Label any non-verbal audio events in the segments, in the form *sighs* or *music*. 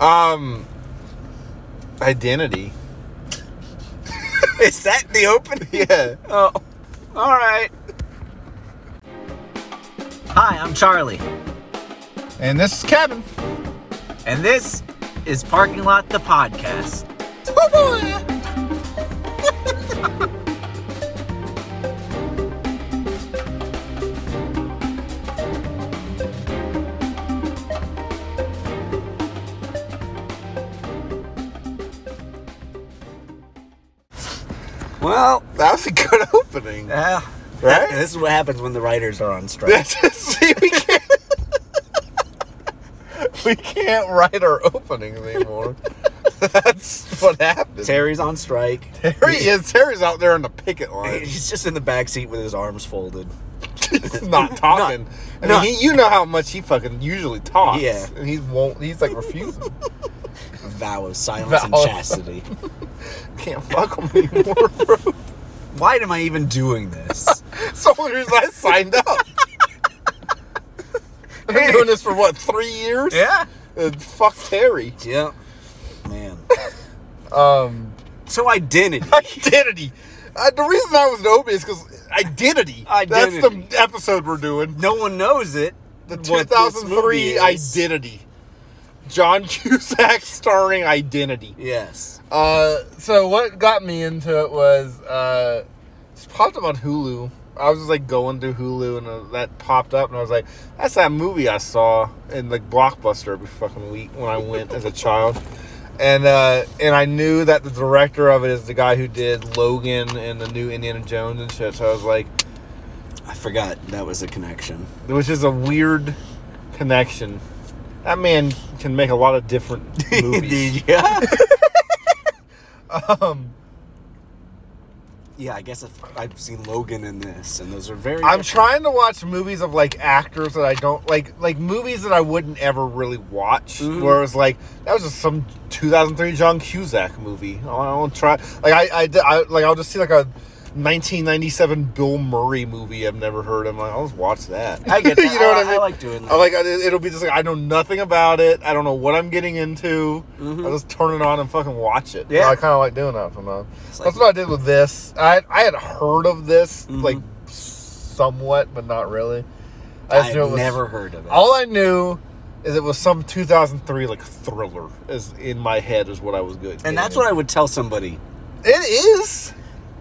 Um, identity. Is that the opening? *laughs* Yeah. Oh, all right. Hi, I'm Charlie, And this is Kevin. and this is Parking Lot the Podcast. Well, That was a good opening. yeah. Right? *laughs* This is what happens when the writers are on strike. See, we can't. we can't write our openings anymore. That's what happens. Terry's on strike. Terry is Terry's out there on the picket line. He's just in the back seat with his arms folded. He's not talking. I mean, not- he, you know how much he fucking usually talks. Yeah. and he won't. He's like refusing. A vow of silence Vow. and chastity. can't fuck him anymore, bro. Why am I even *laughs* doing this? soldiers I signed up. I've been doing this for what three years? yeah. And fuck Terry. Yeah. Man. Um, So identity. identity. Uh, the reason I was an open is because identity. Identity. That's the episode we're doing. No one knows it. The what this movie 2003 is. identity. John Cusack starring Identity. Yes. Uh, so what got me into it was uh, just popped up on Hulu. I was just like going through Hulu and uh, that popped up, and I was like, "That's that movie I saw in like Blockbuster every fucking week when I went as a child." And uh, and I knew that the director of it is the guy who did Logan and the new Indiana Jones and shit. So I was like, I forgot that was *laughs* a connection. which is a weird connection. That man can make a lot of different movies. *laughs* yeah. um, yeah, I guess I've, I've seen Logan in this, and those are very. I'm different. trying to watch movies of like actors that I don't like, like movies that I wouldn't ever really watch. Mhm. Whereas like that was just some 2003 John Cusack movie. I don't try like I, I, I like I'll just see like a 1997 Bill Murray movie I've never heard. of. I'm like I'll just watch that. I *laughs* get that. you know what I, I- I mean? like doing that. I like it- it'll be just like I know nothing about it. I don't know what I'm getting into. Mhm. I'll just turn it on and fucking watch it. Yeah. I kind of like doing that sometimes. It's That's like- what I did with this. I I had heard of this Mhm. like somewhat, but not really. just I've knew it was- never heard of it. All I knew is it was some 2003 like thriller is in my head is what I was good. and that's what I would tell somebody. it is.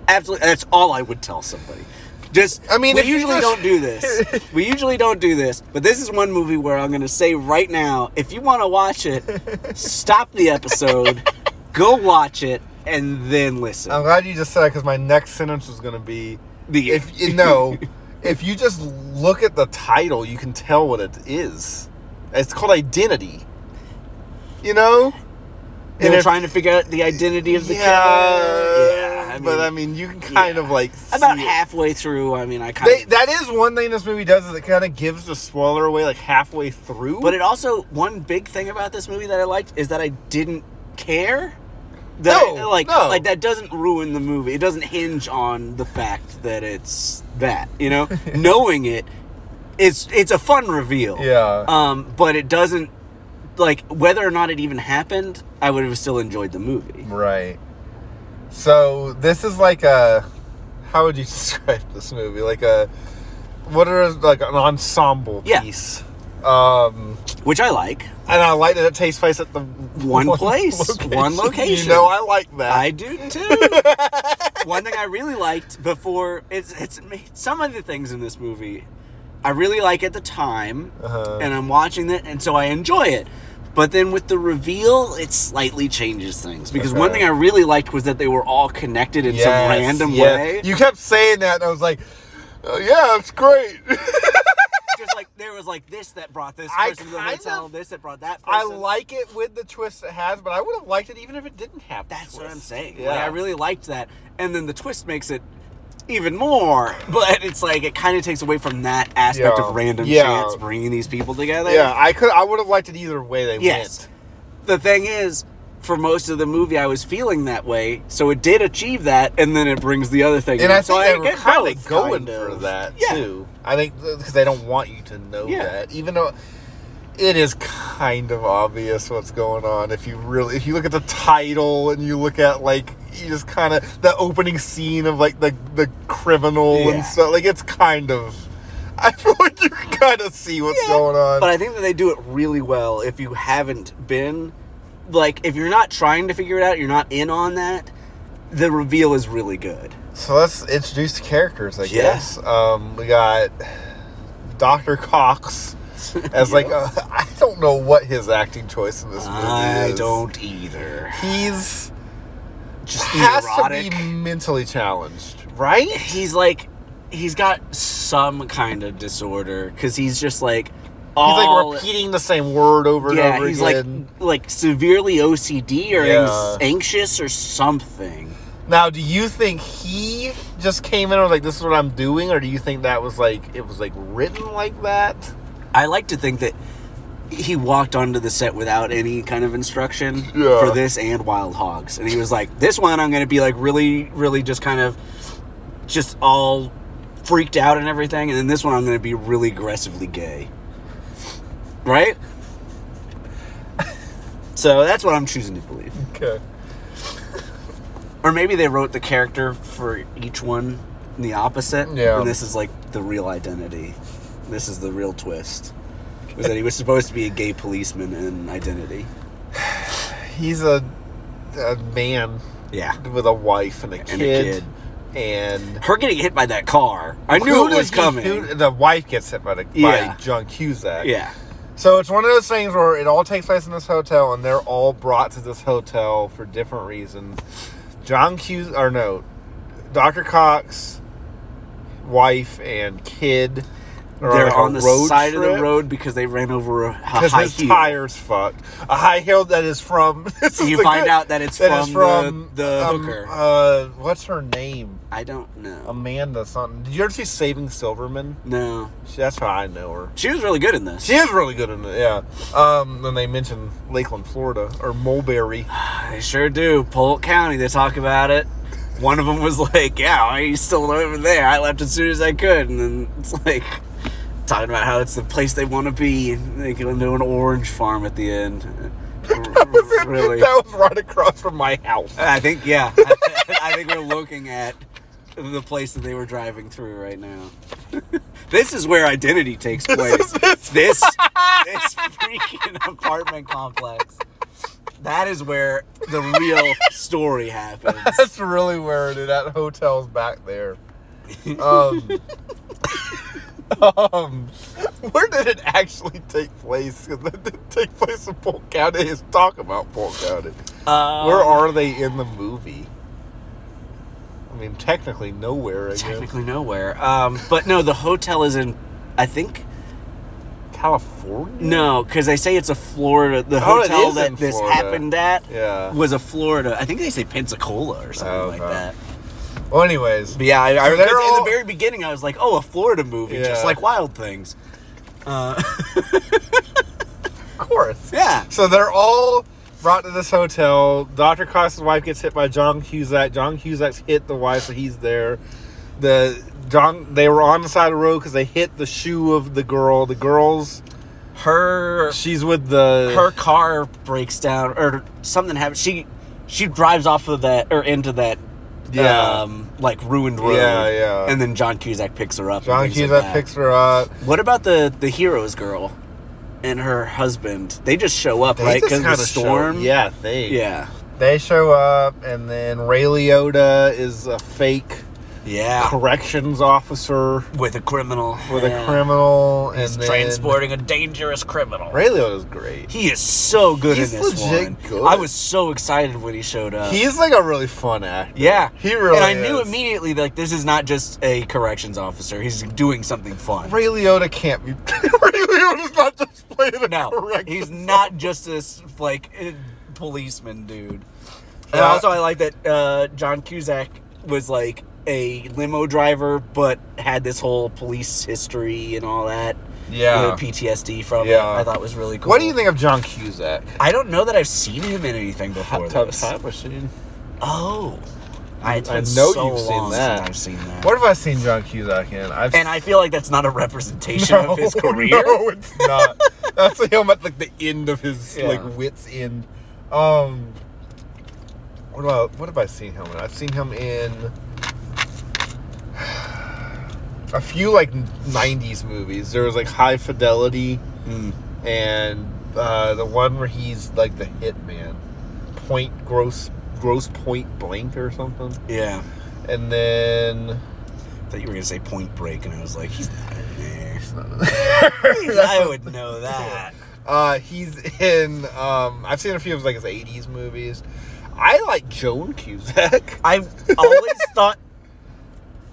Absolutely, that's all I would tell somebody. Just, I mean, we if you usually just- don't do this. *laughs* We usually don't do this, but this is one movie where I'm going to say right now, if you want to watch it, stop the episode, *laughs* go watch it, and then listen. I'm glad you just said that because my next sentence was going to be The- if you *laughs* know if you just look at the title, you can tell what it is. It's called identity. You know. they and were if- trying to figure out the identity of the yeah, killer. Yeah, I mean, but I mean, you can kind yeah. of like about see it. halfway through, I mean, I kind They, of. that is one thing this movie does is it kind of gives the spoiler away like halfway through. But it also one big thing about this movie that I liked is that I didn't care. No, like no. like that doesn't ruin the movie. It doesn't hinge on the fact that it's that. *laughs* You know, knowing it, it's it's a fun reveal. Yeah. Um, but it doesn't like whether or not it even happened. I would have still enjoyed the movie. right. So this is like a how would you *laughs* describe this movie? Like a what are like an ensemble Yeah. piece. Um Which I like. and I like that it takes place at the One *laughs* place, one location. You know I like that. I do *laughs* too. One thing I really liked before it's it's some of the things in this movie I really like at the time, Uh-huh. and I'm watching it, and so I enjoy it. But then with the reveal, it slightly changes things because one Okay. thing I really liked was that they were all connected in some Yes, random yeah. way. You kept saying that and I was like, "Oh, yeah, it's *laughs* great. Just like there was like this that brought this I person to the kind hotel, of- this that brought that person. I like it with the twist it has, but I would have liked it even if it didn't have. the That's what I'm twist. saying. Yeah, Like, I really liked that. And then the twist makes it even more. *laughs* But it's like, it kind of takes away from that aspect Yeah. of random Yeah. chance bringing these people together. yeah, I could. I would have liked it either way they Yes. The thing is, for most of the movie, I was feeling that way. So it did achieve that. And then it brings the other thing. went. And I in. so think they were get kind both, of going kind of. for that Yeah. too. I think because they don't want you to know Yeah. that, even though it is kind of obvious what's going on if you really if you look at the title and you look at like you just kind of the opening scene of like the the criminal Yeah. and stuff like it's kind of *laughs* I feel like you can kind of see what's going on. But I think that they do it really well if you haven't been. Like, if you're not trying to figure it out, you're not in on that, the reveal is really good. so let's introduce the characters, I Yeah. guess. Um, we got Dr. *laughs* Cox as like I I don't know what his acting choice in this movie I is. don't either. He's Just has neurotic. to be mentally challenged, *laughs* right? He's like, he's got some kind of disorder because he's just like, He's all- like repeating the same word over and Yeah, over he's again. like like severely OCD or Yeah. anx- anxious or something. now, do you think he just came in and was like, "This is what I'm doing," or do you think that was like it was like written like that? I like to think that he walked onto the set without any kind of instruction Yeah. for this and Wild Hogs, and he was like, "This one, I'm going to be like really, really just kind of just all freaked out and everything, and then this one, I'm going to be really aggressively gay." Right. *laughs* So that's what I'm choosing to believe. Okay. Or maybe they wrote the character for each one in the opposite. Yeah. And this is like the real identity. This is the real twist. Was that he was supposed to be a gay policeman in identity. He's a, a man Yeah. with a wife and a a kid, kid. and Her getting hit by that car. I knew Who it was did he- coming. who- the wife gets hit by, the, Yeah. by John Cusack. yeah. So it's one of those things where it all takes place in this hotel, and they're all brought to this hotel for different reasons. John Cus or no, Doctor Cox, wife and kid. are They're like a on the road side of trip the road because they ran over a, a because high his heel. tires fucked. A high heel that is from. *laughs* this is You the find good- out that it's that from, is from the, the um, hooker. Uh, what's her name? I don't know. Amanda something. Did you ever see Saving Silverman? no. She- That's how I know her. She was really good in this. She is really good in it, yeah. Um, then they mentioned Lakeland, Florida, or Mulberry. *laughs* They sure do. Polk County, they talk about it. One of them was like, "Yeah, I used to live over there. I left as soon as I could." And then it's like talking about how it's the place they want to be. And they go into an orange farm at the end. *laughs* really? that was right across from my house. I think yeah. I, I think we're looking at the place that they were driving through right now. *laughs* this is where identity takes place. this this *laughs* freaking apartment complex. That is where the real *laughs* story happens. *laughs* That's really where it. That hotel's back there. Um, *laughs* um, where did it actually take place? 'Cause that didn't take place in Polk County. It's talk about Polk County. Um, where are they in the movie? I mean, technically nowhere. I guess. technically nowhere. Um, but no, the hotel is in. I think California. no, because they say it's a Florida. The Oh, it hotel is in that this Florida. happened at Yeah. was a Florida. I think they say Pensacola or something Oh, like okay. that. Well, anyways, But yeah, I, I So because they're in all- the very beginning I was like, oh, a Florida movie, just Yeah. like Wild Things. Uh, of course. yeah, So they're all brought to this hotel. Dr. Cox's wife gets hit by John Cusack. John Cusack's hit the wife, so he's there. The John they were on the side of the road because they hit the shoe of the girl. The girls her she's with the her car breaks down or something happens. She she drives off of that or into that. Yeah. Um, like ruined road. Yeah, yeah. And then John Cusack picks her up. and John brings her Cusack back. picks her up. What about the the heroes girl and her husband? They just show up, They right? just Because the kinda show- storm. yeah, they yeah, They show up and then Ray Liotta is a fake yeah. corrections officer With a criminal. with a Yeah. criminal and then transporting a dangerous criminal. Ray Liotta's great. He is so good He's in this legit one. good. I was so excited when he showed up. He's like a really fun actor. yeah, He really And I knew is. immediately like this is not just a corrections officer. He's doing something fun. Ray Liotta can't be. *laughs* Ray Liotta's not just playing a No, correct- he's not just this like uh, policeman dude. And Uh, also, I like that uh, John Cusack was like a limo driver, but had this whole police history and all that. Yeah. Uh, PTSD from Yeah. it. I thought was really cool. What do you think of John Cusack? I don't know that I've seen him in anything before this. Machine. Oh, I, it's I been know so you've seen long since that. I've seen that. What have I seen John Cusack in? I've *laughs* Oh, And I feel like that's not a representation no, of his career. *laughs* No, it's not. That's like I'm at like the end of his Yeah. like wits end. Um, what about what have I seen him in? I've seen him in *sighs* a few like '90s movies. There was like High Fidelity Mm. and uh, the one where he's like the hitman, Point Gross Gross Point Blank or something, Yeah. and *laughs* then. I thought you were gonna say Point Break, and I was like, he's not in *laughs* there. I I would know that. Uh, he's in. Um, I've seen a few of like his '80s movies. I like Joan Cusack. *laughs* I always *laughs* thought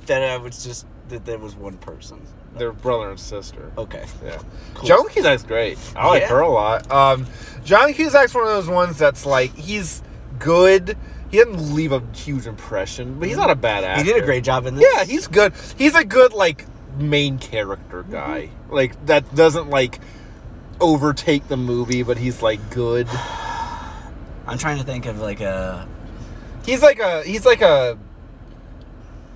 that I was just that there was one person. They're brother and sister. Okay. Yeah, Cool. Joan Cusack's great. I like Yeah. her a lot. Um, John Cusack's one of those ones that's like he's good. He didn't leave a huge impression, but he's not a bad actor. Mm-hmm. He did a great job in this. Yeah, he's good. He's a good like main character Mm-hmm. guy. Like that doesn't like overtake the movie, but he's like good. I'm trying to think of like a He's like a he's like a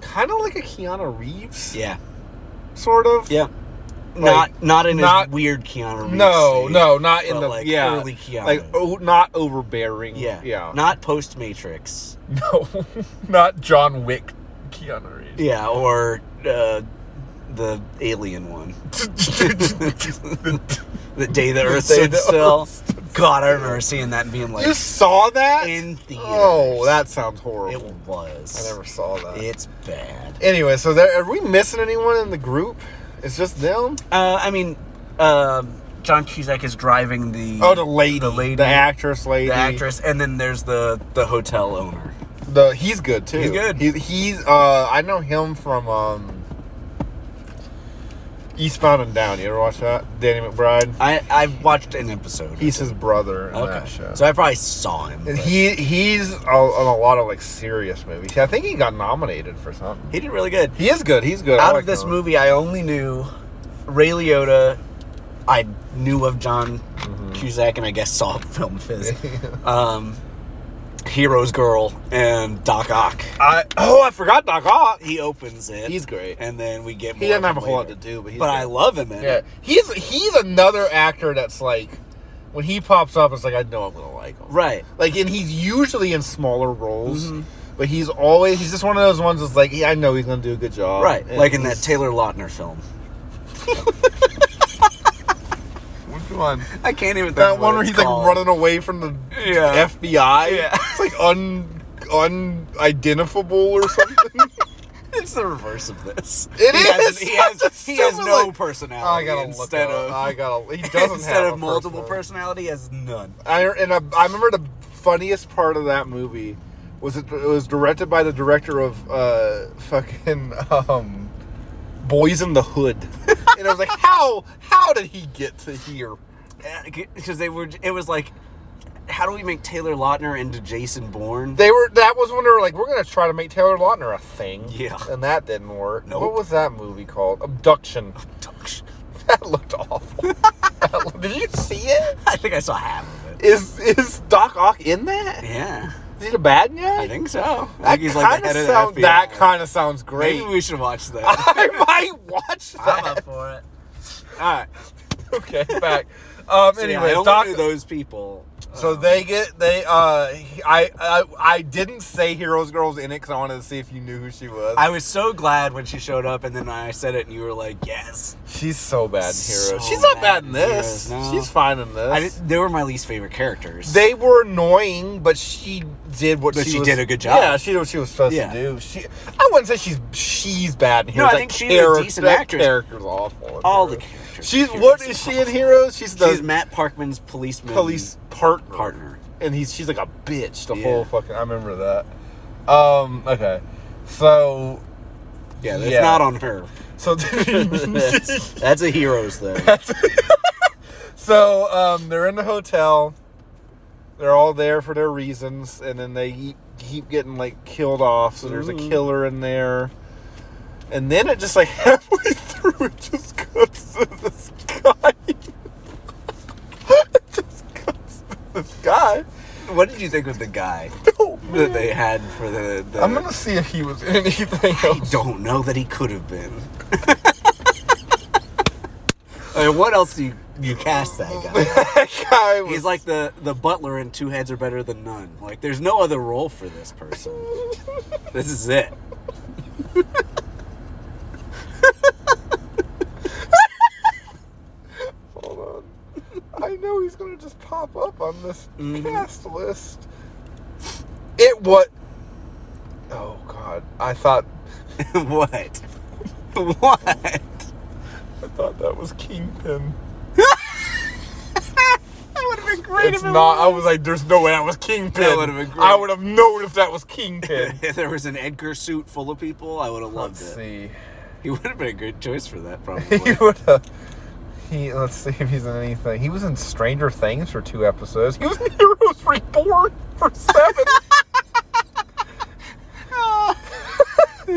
kind of like a Keanu Reeves, yeah sort of. yeah. Like, not not in not- his weird Keanu. Reeves No, state, no, not in but, the like yeah, early Keanu. like oh, not overbearing. yeah yeah, Not post Matrix. *laughs* no, not John Wick, Keanu Reeves. Yeah, or uh, the alien *laughs* one. the day the Earth Day stood the still. God, I remember seeing that and being like, you saw that in theaters. Oh, that sounds it horrible. was. I never saw that. It's bad. Anyway, so there, are we missing anyone in the group? It's just them. Uh, I mean, um, John Cusack is driving the Oh, the lady, the lady, the actress, lady, the actress, and then there's the the hotel owner. The he's good too. He's good. He, he's uh, I know him from um, Eastbound and Down. You ever watch that? Danny McBride. I I watched an episode. He's his brother in that okay, show. so I probably saw him. And but he he's a- on a lot of like serious movies. I think he got nominated for something. he did really good. He is good. He's good. I Out like of this him. movie, I only knew Ray Liotta. I knew of John Mm-hmm. Cusack, and I guess saw *laughs* film *laughs* of his. um, Heroes Girl and Doc Ock. I oh I forgot Doc Ock. He opens it. He's great. and then we get. More He doesn't of have a him whole lot to later. do, but he's But good. I love him. In Yeah, it. he's he's another actor that's like when he pops up, it's like I know I'm gonna like him. Right. Mm-hmm. Like, and he's usually in smaller roles, but he's always he's just one of those ones that's like, yeah, I know he's gonna do a good job. Right. And like in that Oh, he's- Taylor Lautner film. which one? I can't even. Think That of one what where it's he's called. like running away from the Yeah. FBI. Yeah. It's like un unidentifiable or *laughs* something. It's the reverse of this. It he is! Has, he *laughs* has, he has That's no like- personality. I gotta look Oh, instead it up. of I gotta. He doesn't *laughs* instead have of a multiple personality. personality, he has none. I and I, I remember the funniest part of that movie was it, it was directed by the director of uh, fucking um, Boys in the *laughs* Hood, and I was like, how how did he get to here? Because they were, it was like, how do we make Taylor Lautner into Jason Bourne? They were that was when they were like, we're gonna try to make Taylor Lautner a thing, Yeah. and that didn't work. Nope. What was that movie called? *laughs* Abduction. That looked awful. *laughs* That looked- did you see it? I think I saw half of it. Is is Doc Ock in that? Yeah, Is he the bad guy? I think so. I That think he's like the kinda head of sound- the FBI. That kind of sounds great. Maybe we should watch *laughs* *laughs* that. I might watch I'm that. up for *laughs* it. All right. *laughs* Okay, back. Um, So, yeah, anyway, I only Doc. knew those people. So they get they. Uh, he- I I I didn't say Heroes Girls in it because I wanted to see if you knew who she was. I was so glad when she showed up, and then I said it, and you were like, "Yes." She's so bad in Heroes. So She's not bad bad in in this. Heroes, no. She's fine in this. I did, they were my least favorite characters. they were annoying, but she did what But she, she was- did a good job. Yeah, she did what she was supposed Yeah. to do. She, I wouldn't say she's she's bad in Heroes. No, I That think she's a charac- decent that actress. Character's awful. in all the Heroes. characters. She's Heroes what are is she in Heroes? She's the She's Matt Parkman's policeman. police partner. partner. and he's she's like a bitch. The Yeah. whole fucking I remember that. Um. Okay. So Yeah, that's Yeah. not on her. so *laughs* That's, *laughs* that's a hero's thing. so um they're in the hotel. They're all there for their reasons, and then they keep, keep getting like killed off. So there's a Mhm. killer in there, and then it just like *laughs* halfway through it just cuts to this guy. *laughs* it just cuts to this guy. *laughs* what did you think of the *laughs* guy Oh, that man. they had for the? the I'm gonna see if he was *laughs* in anything I else. don't *laughs* know that he could have been. I mean, what else do you you cast that guy. that guy was, He's like the the butler in Two Heads Are Better Than None. Like, there's no other role for this person. this is it. *laughs* hold on. I know he's gonna just pop up on this Mm-hmm. cast list. It what? Oh God! I thought what? what? I thought that was Kingpin. That would have been great It's not. I was like, there's no way that was Kingpin. That would've been great. I would have known if that was *laughs* Kingpin. *laughs* if there was an Edgar suit full of people, I would have loved Let's it. see. He would have been a good choice for *laughs* that, probably. he would have. He let's see if he's in anything. He was in Stranger Things for two episodes. He was in Heroes Reborn for *laughs* seven.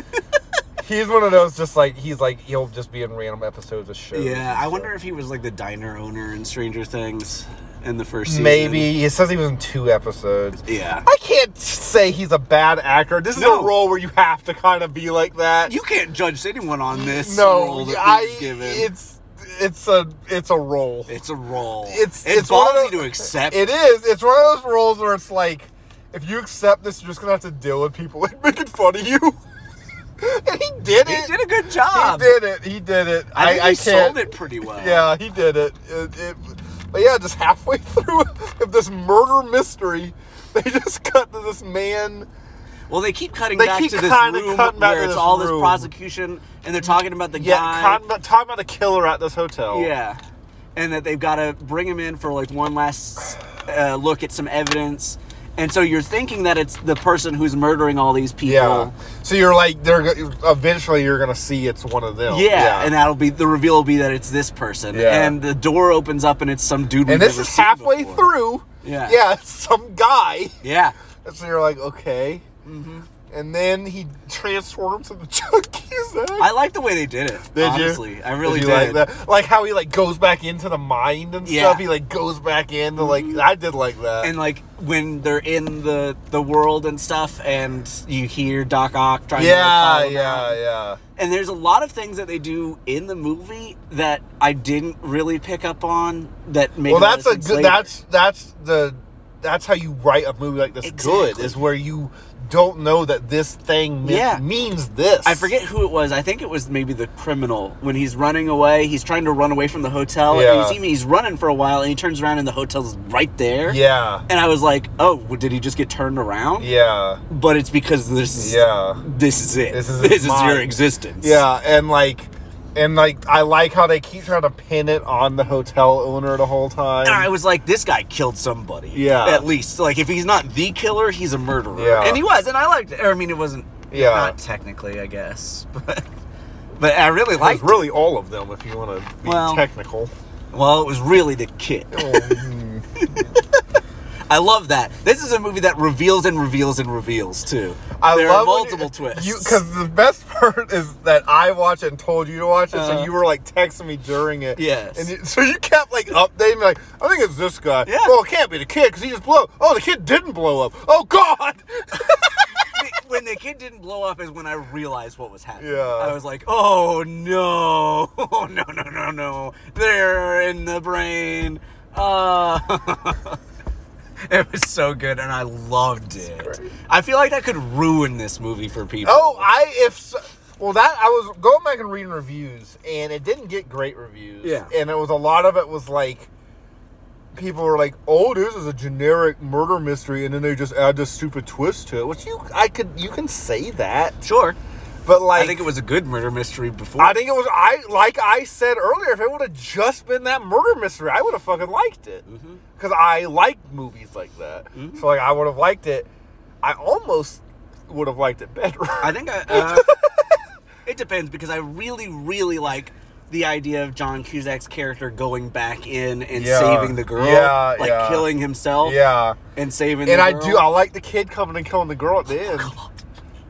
*laughs* he's one of those just like he's like he'll just be in random episodes of shows. yeah, I wonder if he was like the diner owner in Stranger Things in the first season. Maybe it says he was in two episodes. Yeah. I can't say he's a bad actor. This is No. a role where you have to kind of be like that. You can't judge anyone on this role no, that I. he's given. It's it's a it's a role. It's a role. it's it's, it's one of ballsy tho- to accept. It is. It's one of those roles where it's like, if you accept this, you're just gonna have to deal with people like *laughs* making fun of you. and he did He it. did a good He job. did it. He did it. I, think he can't- sold it pretty well. Yeah, he did it. It- it- But yeah, just halfway *laughs* through of this murder mystery, *laughs* they just cut to this man. Well, they keep cutting They back keep to this kinda room cutting back where to it's this all this room. prosecution, and they're talking about the guy. Yeah, con- talking about a killer at this hotel. Yeah, and that they've got to bring him in for like one last uh, look at some evidence, and so you're thinking that it's the person who's murdering all these people. Yeah. So you're like, they're go- eventually you're gonna see it's one of them. Yeah, and that'll be the reveal. Will be that it's this person, Oh, Yeah. and the door opens up, and it's some dude. we've and this never is seen halfway before. through. Yeah. Yeah, *laughs* it's some guy. Yeah, And so you're like, okay. Mm-hmm. And then he transforms into *laughs* Chunky's head. I like the way they did it. did honestly, you? I really Did did. you Like, that? like how he like goes back into the mind and Yeah. Mm-hmm. stuff. He like goes back into like I did like that. and like when they're in the the world and stuff, and you hear Doc Ock trying to like, yeah, follow them yeah, out. yeah. And there's a lot of things that they do in the movie that I didn't really pick up on. That maybe Well, that's a lessons good. later. That's that's the that's how you write a movie like this. Good Exactly. is where you don't know that this thing mean- Yeah. means this. I forget who it was. I think it was maybe the criminal when he's running away. He's trying to run away from the hotel. Yeah. And you see him, he's running for a while, and he turns around, and the hotel's right there. Yeah, And I was like, oh, well, did he just get turned around? yeah, But it's because this is yeah. This is it. *laughs* This is this is mine. your existence. Yeah, and like, and like, I like how they keep trying to pin it on the hotel owner the whole time. And I was like, this guy killed somebody. Yeah. At least. Like, if he's not the killer, he's a murderer. Yeah. And he was, and I liked it. Or, I mean, it wasn't. Yeah. Not technically, I guess. *laughs* But but I really It was liked really all of them, if you want to be Well- technical. it. Well, it was really the kid. *laughs* Mm, I love that. This is a movie that reveals and reveals and reveals, too. I there love are when multiple you, twists. Because the best *laughs* part is that I watch it and told you to watch it, so Uh-huh. you were like texting me during it. Yes. And you, so you kept like updating me, like, I think it's this guy. Yeah. Well, it can't be the kid because he just blew. Oh, the kid didn't blow up. Oh God. *laughs* when the kid didn't blow up is when I realized what was happening. Yeah. I was like, oh no, *laughs* oh no, no, no, no. They're in the brain. Uh, *laughs* it was so good and I loved it. I feel like that could ruin this movie for people. Oh, I if so, well that I was going back and reading reviews, and it didn't get great reviews. Yeah. and it was a lot of it was like people were like, "Oh, this is a generic murder mystery," and then they just add this stupid twist to it. Which you, I could, you can say that, sure. but like. I think it was a good murder mystery before. I think it was I like I said earlier. If it would have just been that murder mystery, I would have fucking liked it Mm-hmm. because I like movies like that. So like I would have liked it. I almost would have liked it better. *laughs* I think I. Uh, it depends because I really, really like the idea of John Cusack's character going back in and Yeah. saving the girl, Yeah, like yeah. killing himself, yeah, and saving. And the I girl. do. I like the kid coming and killing the girl at the *laughs* end.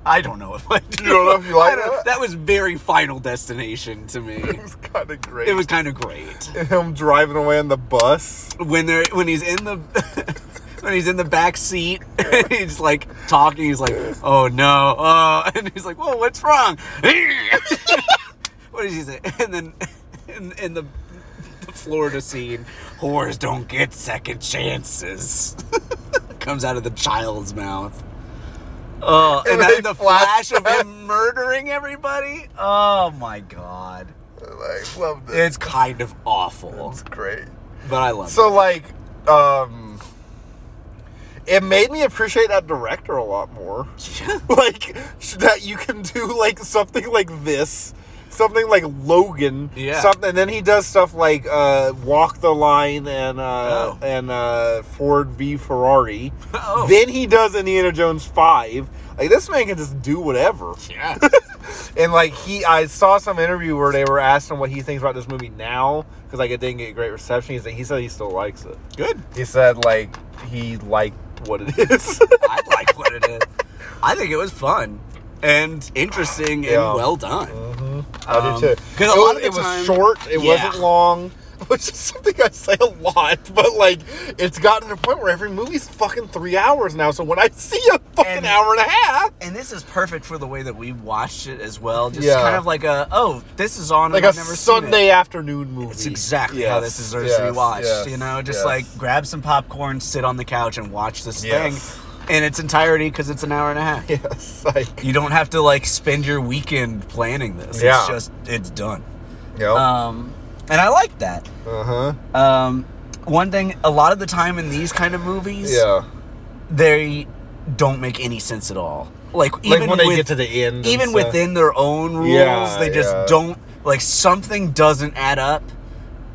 I don't know if *laughs* I do. You don't know if you like I don't- that? was very Final Destination to me. *laughs* It was kind of great. it was kind of great and *laughs* him driving away on the bus. when they're when he's in the. *laughs* When he's in the back seat, *laughs* he's like talking. He's like, "Oh *laughs* no!" Uh, and he's like, "Whoa, what's *laughs* wrong?" what did he say? And then, in, in the the Florida scene. Whores don't get second chances. *laughs* Comes out of the child's mouth. Oh, and They then the flash of flashback. him murdering everybody. Oh my god, I love this. it's kind of awful, It's great. but I love So like, um, it made me appreciate that director a lot more. it. *laughs* like that you can do like something like this something like logan Yeah. something and then he does stuff like uh walk the line and uh Oh. and uh ford v ferrari *laughs* Oh. then he does indiana jones 5 like this man can just do whatever yeah, and like he i saw some interview where they were asking what he thinks about this movie now because like it didn't get great reception he's like, he said he still likes it good. he said like he liked what it *laughs* is I like what it is. I think it was fun and interesting Yeah. and well done. Mm-hmm. I do Um, too. 'cause a it lot was, of the it was time- short. It Yeah. wasn't long, which is something I say a lot. *laughs* But like, it's gotten to the point where every movie's fucking three hours now. So when I see a fucking And- hour and a half, And this is perfect for the way that we watched it as well. Just Yeah. kind of like a oh, this is on like and a I've never Seen it. Sunday afternoon movie, It's exactly how this deserves to yes, be watched. yes, you know, just yes. like grab some popcorn, sit on the couch, and watch this Yes. thing in its entirety because it's an hour and a *laughs* half. yes, like You don't have to like spend your weekend planning this. Yeah. It's just it's done. yeah, Um, and I like that. uh huh, Um, one thing, a lot of the time in these kind of movies, yeah. they don't make any sense at all. Like even Like when they with- get to the end, and even stuff. within their own rules, Yeah, they just yeah. don't like something doesn't add up.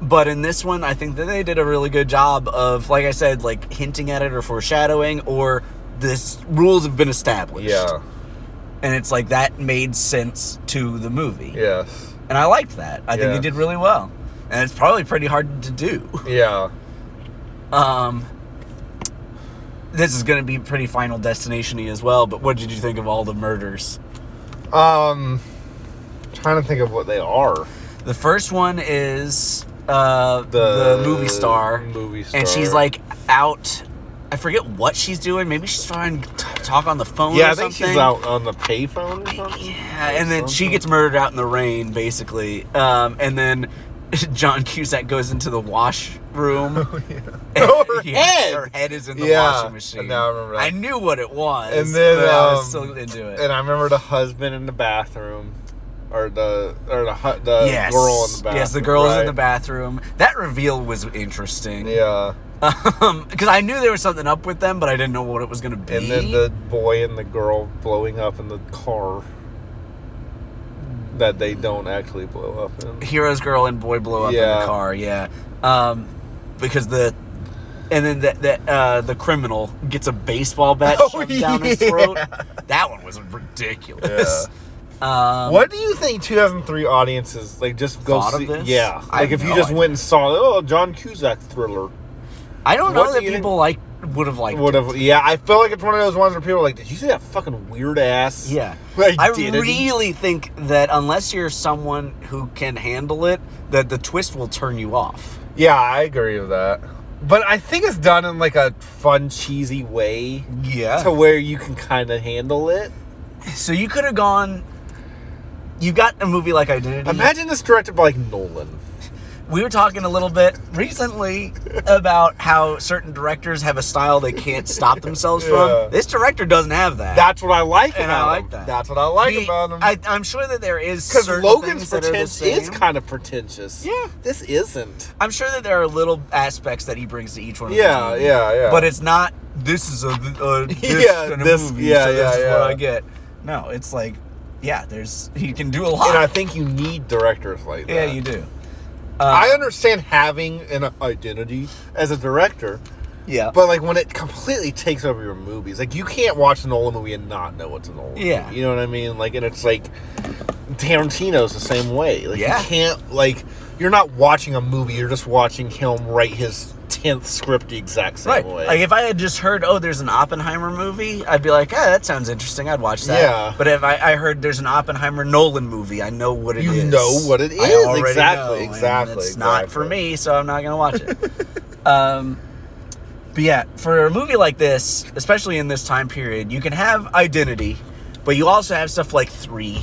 But in this one, I think that they did a really good job of, like I said, like hinting at it or foreshadowing, or this rules have been established. yeah, and it's like that made sense to the movie, yes, and I liked that. I think Yeah. they did really well, and it's probably pretty hard to do. *laughs* yeah. Um, this is going to be pretty Final Destination-y as well. But what did you think of all the murders? Um, trying to think of what they are. The first one is uh, the, movie star, movie and star. she's like out. I forget what she's doing. Maybe she's trying to t- talk on the phone. Yeah, or I think something. she's out on the payphone or something. Yeah, and then she gets murdered out in the rain, basically. Um, and then *laughs* John Cusack goes into the washroom. Oh, yeah. *laughs* Oh, *laughs* her head! Her head is in the Yeah, washing machine. now I remember that. I knew what it was. And then, but I um, was still into it. And I remember the husband in the bathroom, or the or the hu- the yes. girl in the bathroom. Yes, the girl is in right? the bathroom. That reveal was interesting. *laughs* Yeah, Because I knew there was something up with them, but I didn't know what it was going to be. and then the boy and the girl blowing up in the car that they don't actually blow up in. Heroes Girl and Boy Blow Up in Yeah. the car, yeah. Um, because the and then that that uh, the criminal gets a baseball bat *laughs* Oh, shoved down his yeah. throat. That one was ridiculous. Um, What do you think 2003 audiences like? Just go Thought of see, this? yeah. I Like if have you no just idea. went and saw, oh, John Cusack thriller. I what don't know do that you people like would have liked. Would have, yeah. I feel like it's one of those ones where people are like, "Did you see that fucking weird ass?" *laughs* Yeah, like, I didn't. really think that unless you're someone who can handle it, that the twist will turn you off. Yeah, I agree with that. But I think it's done in like a fun, cheesy way Yeah. to where you can kind of handle it. So you could have gone. You got a movie like Identity. Imagine this directed by like Nolan. we were talking a little bit recently about how certain directors have a style they can't stop themselves Yeah. from. This director doesn't have that. That's what I like And about I like him. that. That's what I like The- about him. I, I'm sure that there is Because certain Logan's things that are the pretense is same. kind of pretentious. Yeah. Mm-hmm. this isn't. I'm sure that there are little aspects that he brings to each one. of Yeah, these movies. yeah, yeah. But it's not. This is a, *laughs* a this Yeah, kind of this- movie. yeah, so this yeah, is yeah. what I get. No, it's like, yeah, there's he can do a lot. And I think you need directors like yeah, that. you uh, do. I understand having an identity as a director, Yeah, But like when it completely takes over your movies, like you can't watch a Nolan movie and not know it's a Nolan. Yeah. movie. you know what I mean. Like, and it's like Tarantino's the same way. Like Yeah. you can't like you're not watching a movie; you're just watching him write his tenth script the exact same Right. way. Like if I had just heard, oh, there's an Oppenheimer movie, I'd be like, ah, that sounds interesting. I'd watch that. Yeah. But if I, I heard there's an Oppenheimer Nolan movie, I know what it You is. know what it I is. already Exactly, know, and exactly, It's not for exactly. me, so I'm not gonna *laughs* watch it. um, but yeah, for a movie like this, especially in this time period, you can have *laughs* identity, but you also have stuff like three.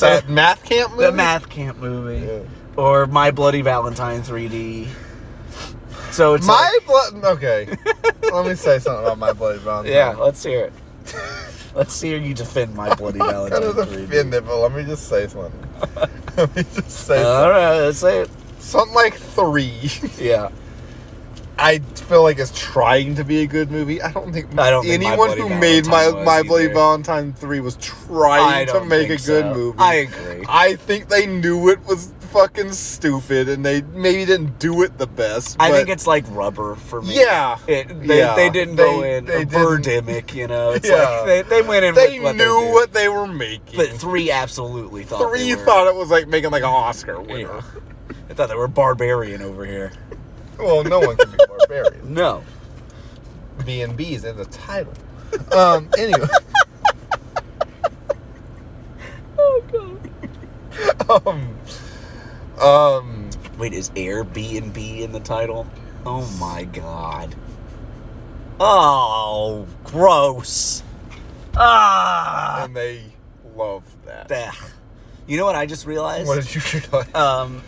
that math camp movie? The math camp movie, Yeah. or My Bloody Valentine 3D. So it's My blood. Okay. *laughs* Let me say something about my bloody Valentine. like- yeah. Let's hear it. *laughs* let's hear you *laughs* defend My Bloody I'm kind Valentine of 3D. offended, but let me just say something. *laughs* let me just say All right, let's say it. something like three. Yeah, I feel like it's trying to be a good movie. I don't think I don't think My anyone Bloody who made my Valentine was my Bloody either. Valentine three was trying to don't make a think good so. movie. I agree. I think they knew it was fucking stupid, and they maybe didn't do it the best. I think but- it's like rubber for me. Yeah. it, they, Yeah. they didn't go They- in they a birdemic, you know. It's Yeah. like they, they went in. they with what knew they do. what they were making. But three absolutely thought three they were- thought it was like making like an Oscar winner. Yeah. I thought they were barbarian over here. Well, no one can be *laughs* barbarian. No. B and B is in the title. Um. Anyway. oh god. Um. Um. Wait, is Airbnb in the title? Oh my god. Oh, gross. Ah. And they love that. Ugh. You know what I just realized? What did you *laughs* realize? um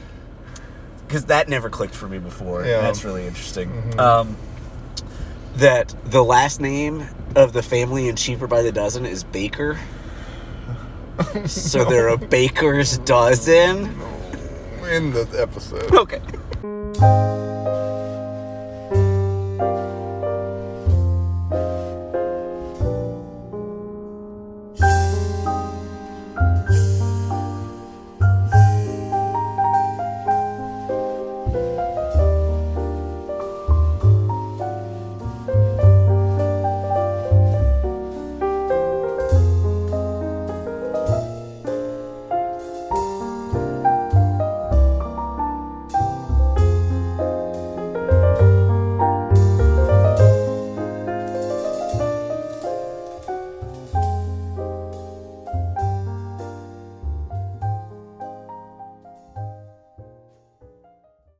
because that never clicked for me before Yeah. that's really interesting Mhm. um that the last name of the family in cheaper by the dozen *laughs* is baker so they're a baker's dozen In the episode. okay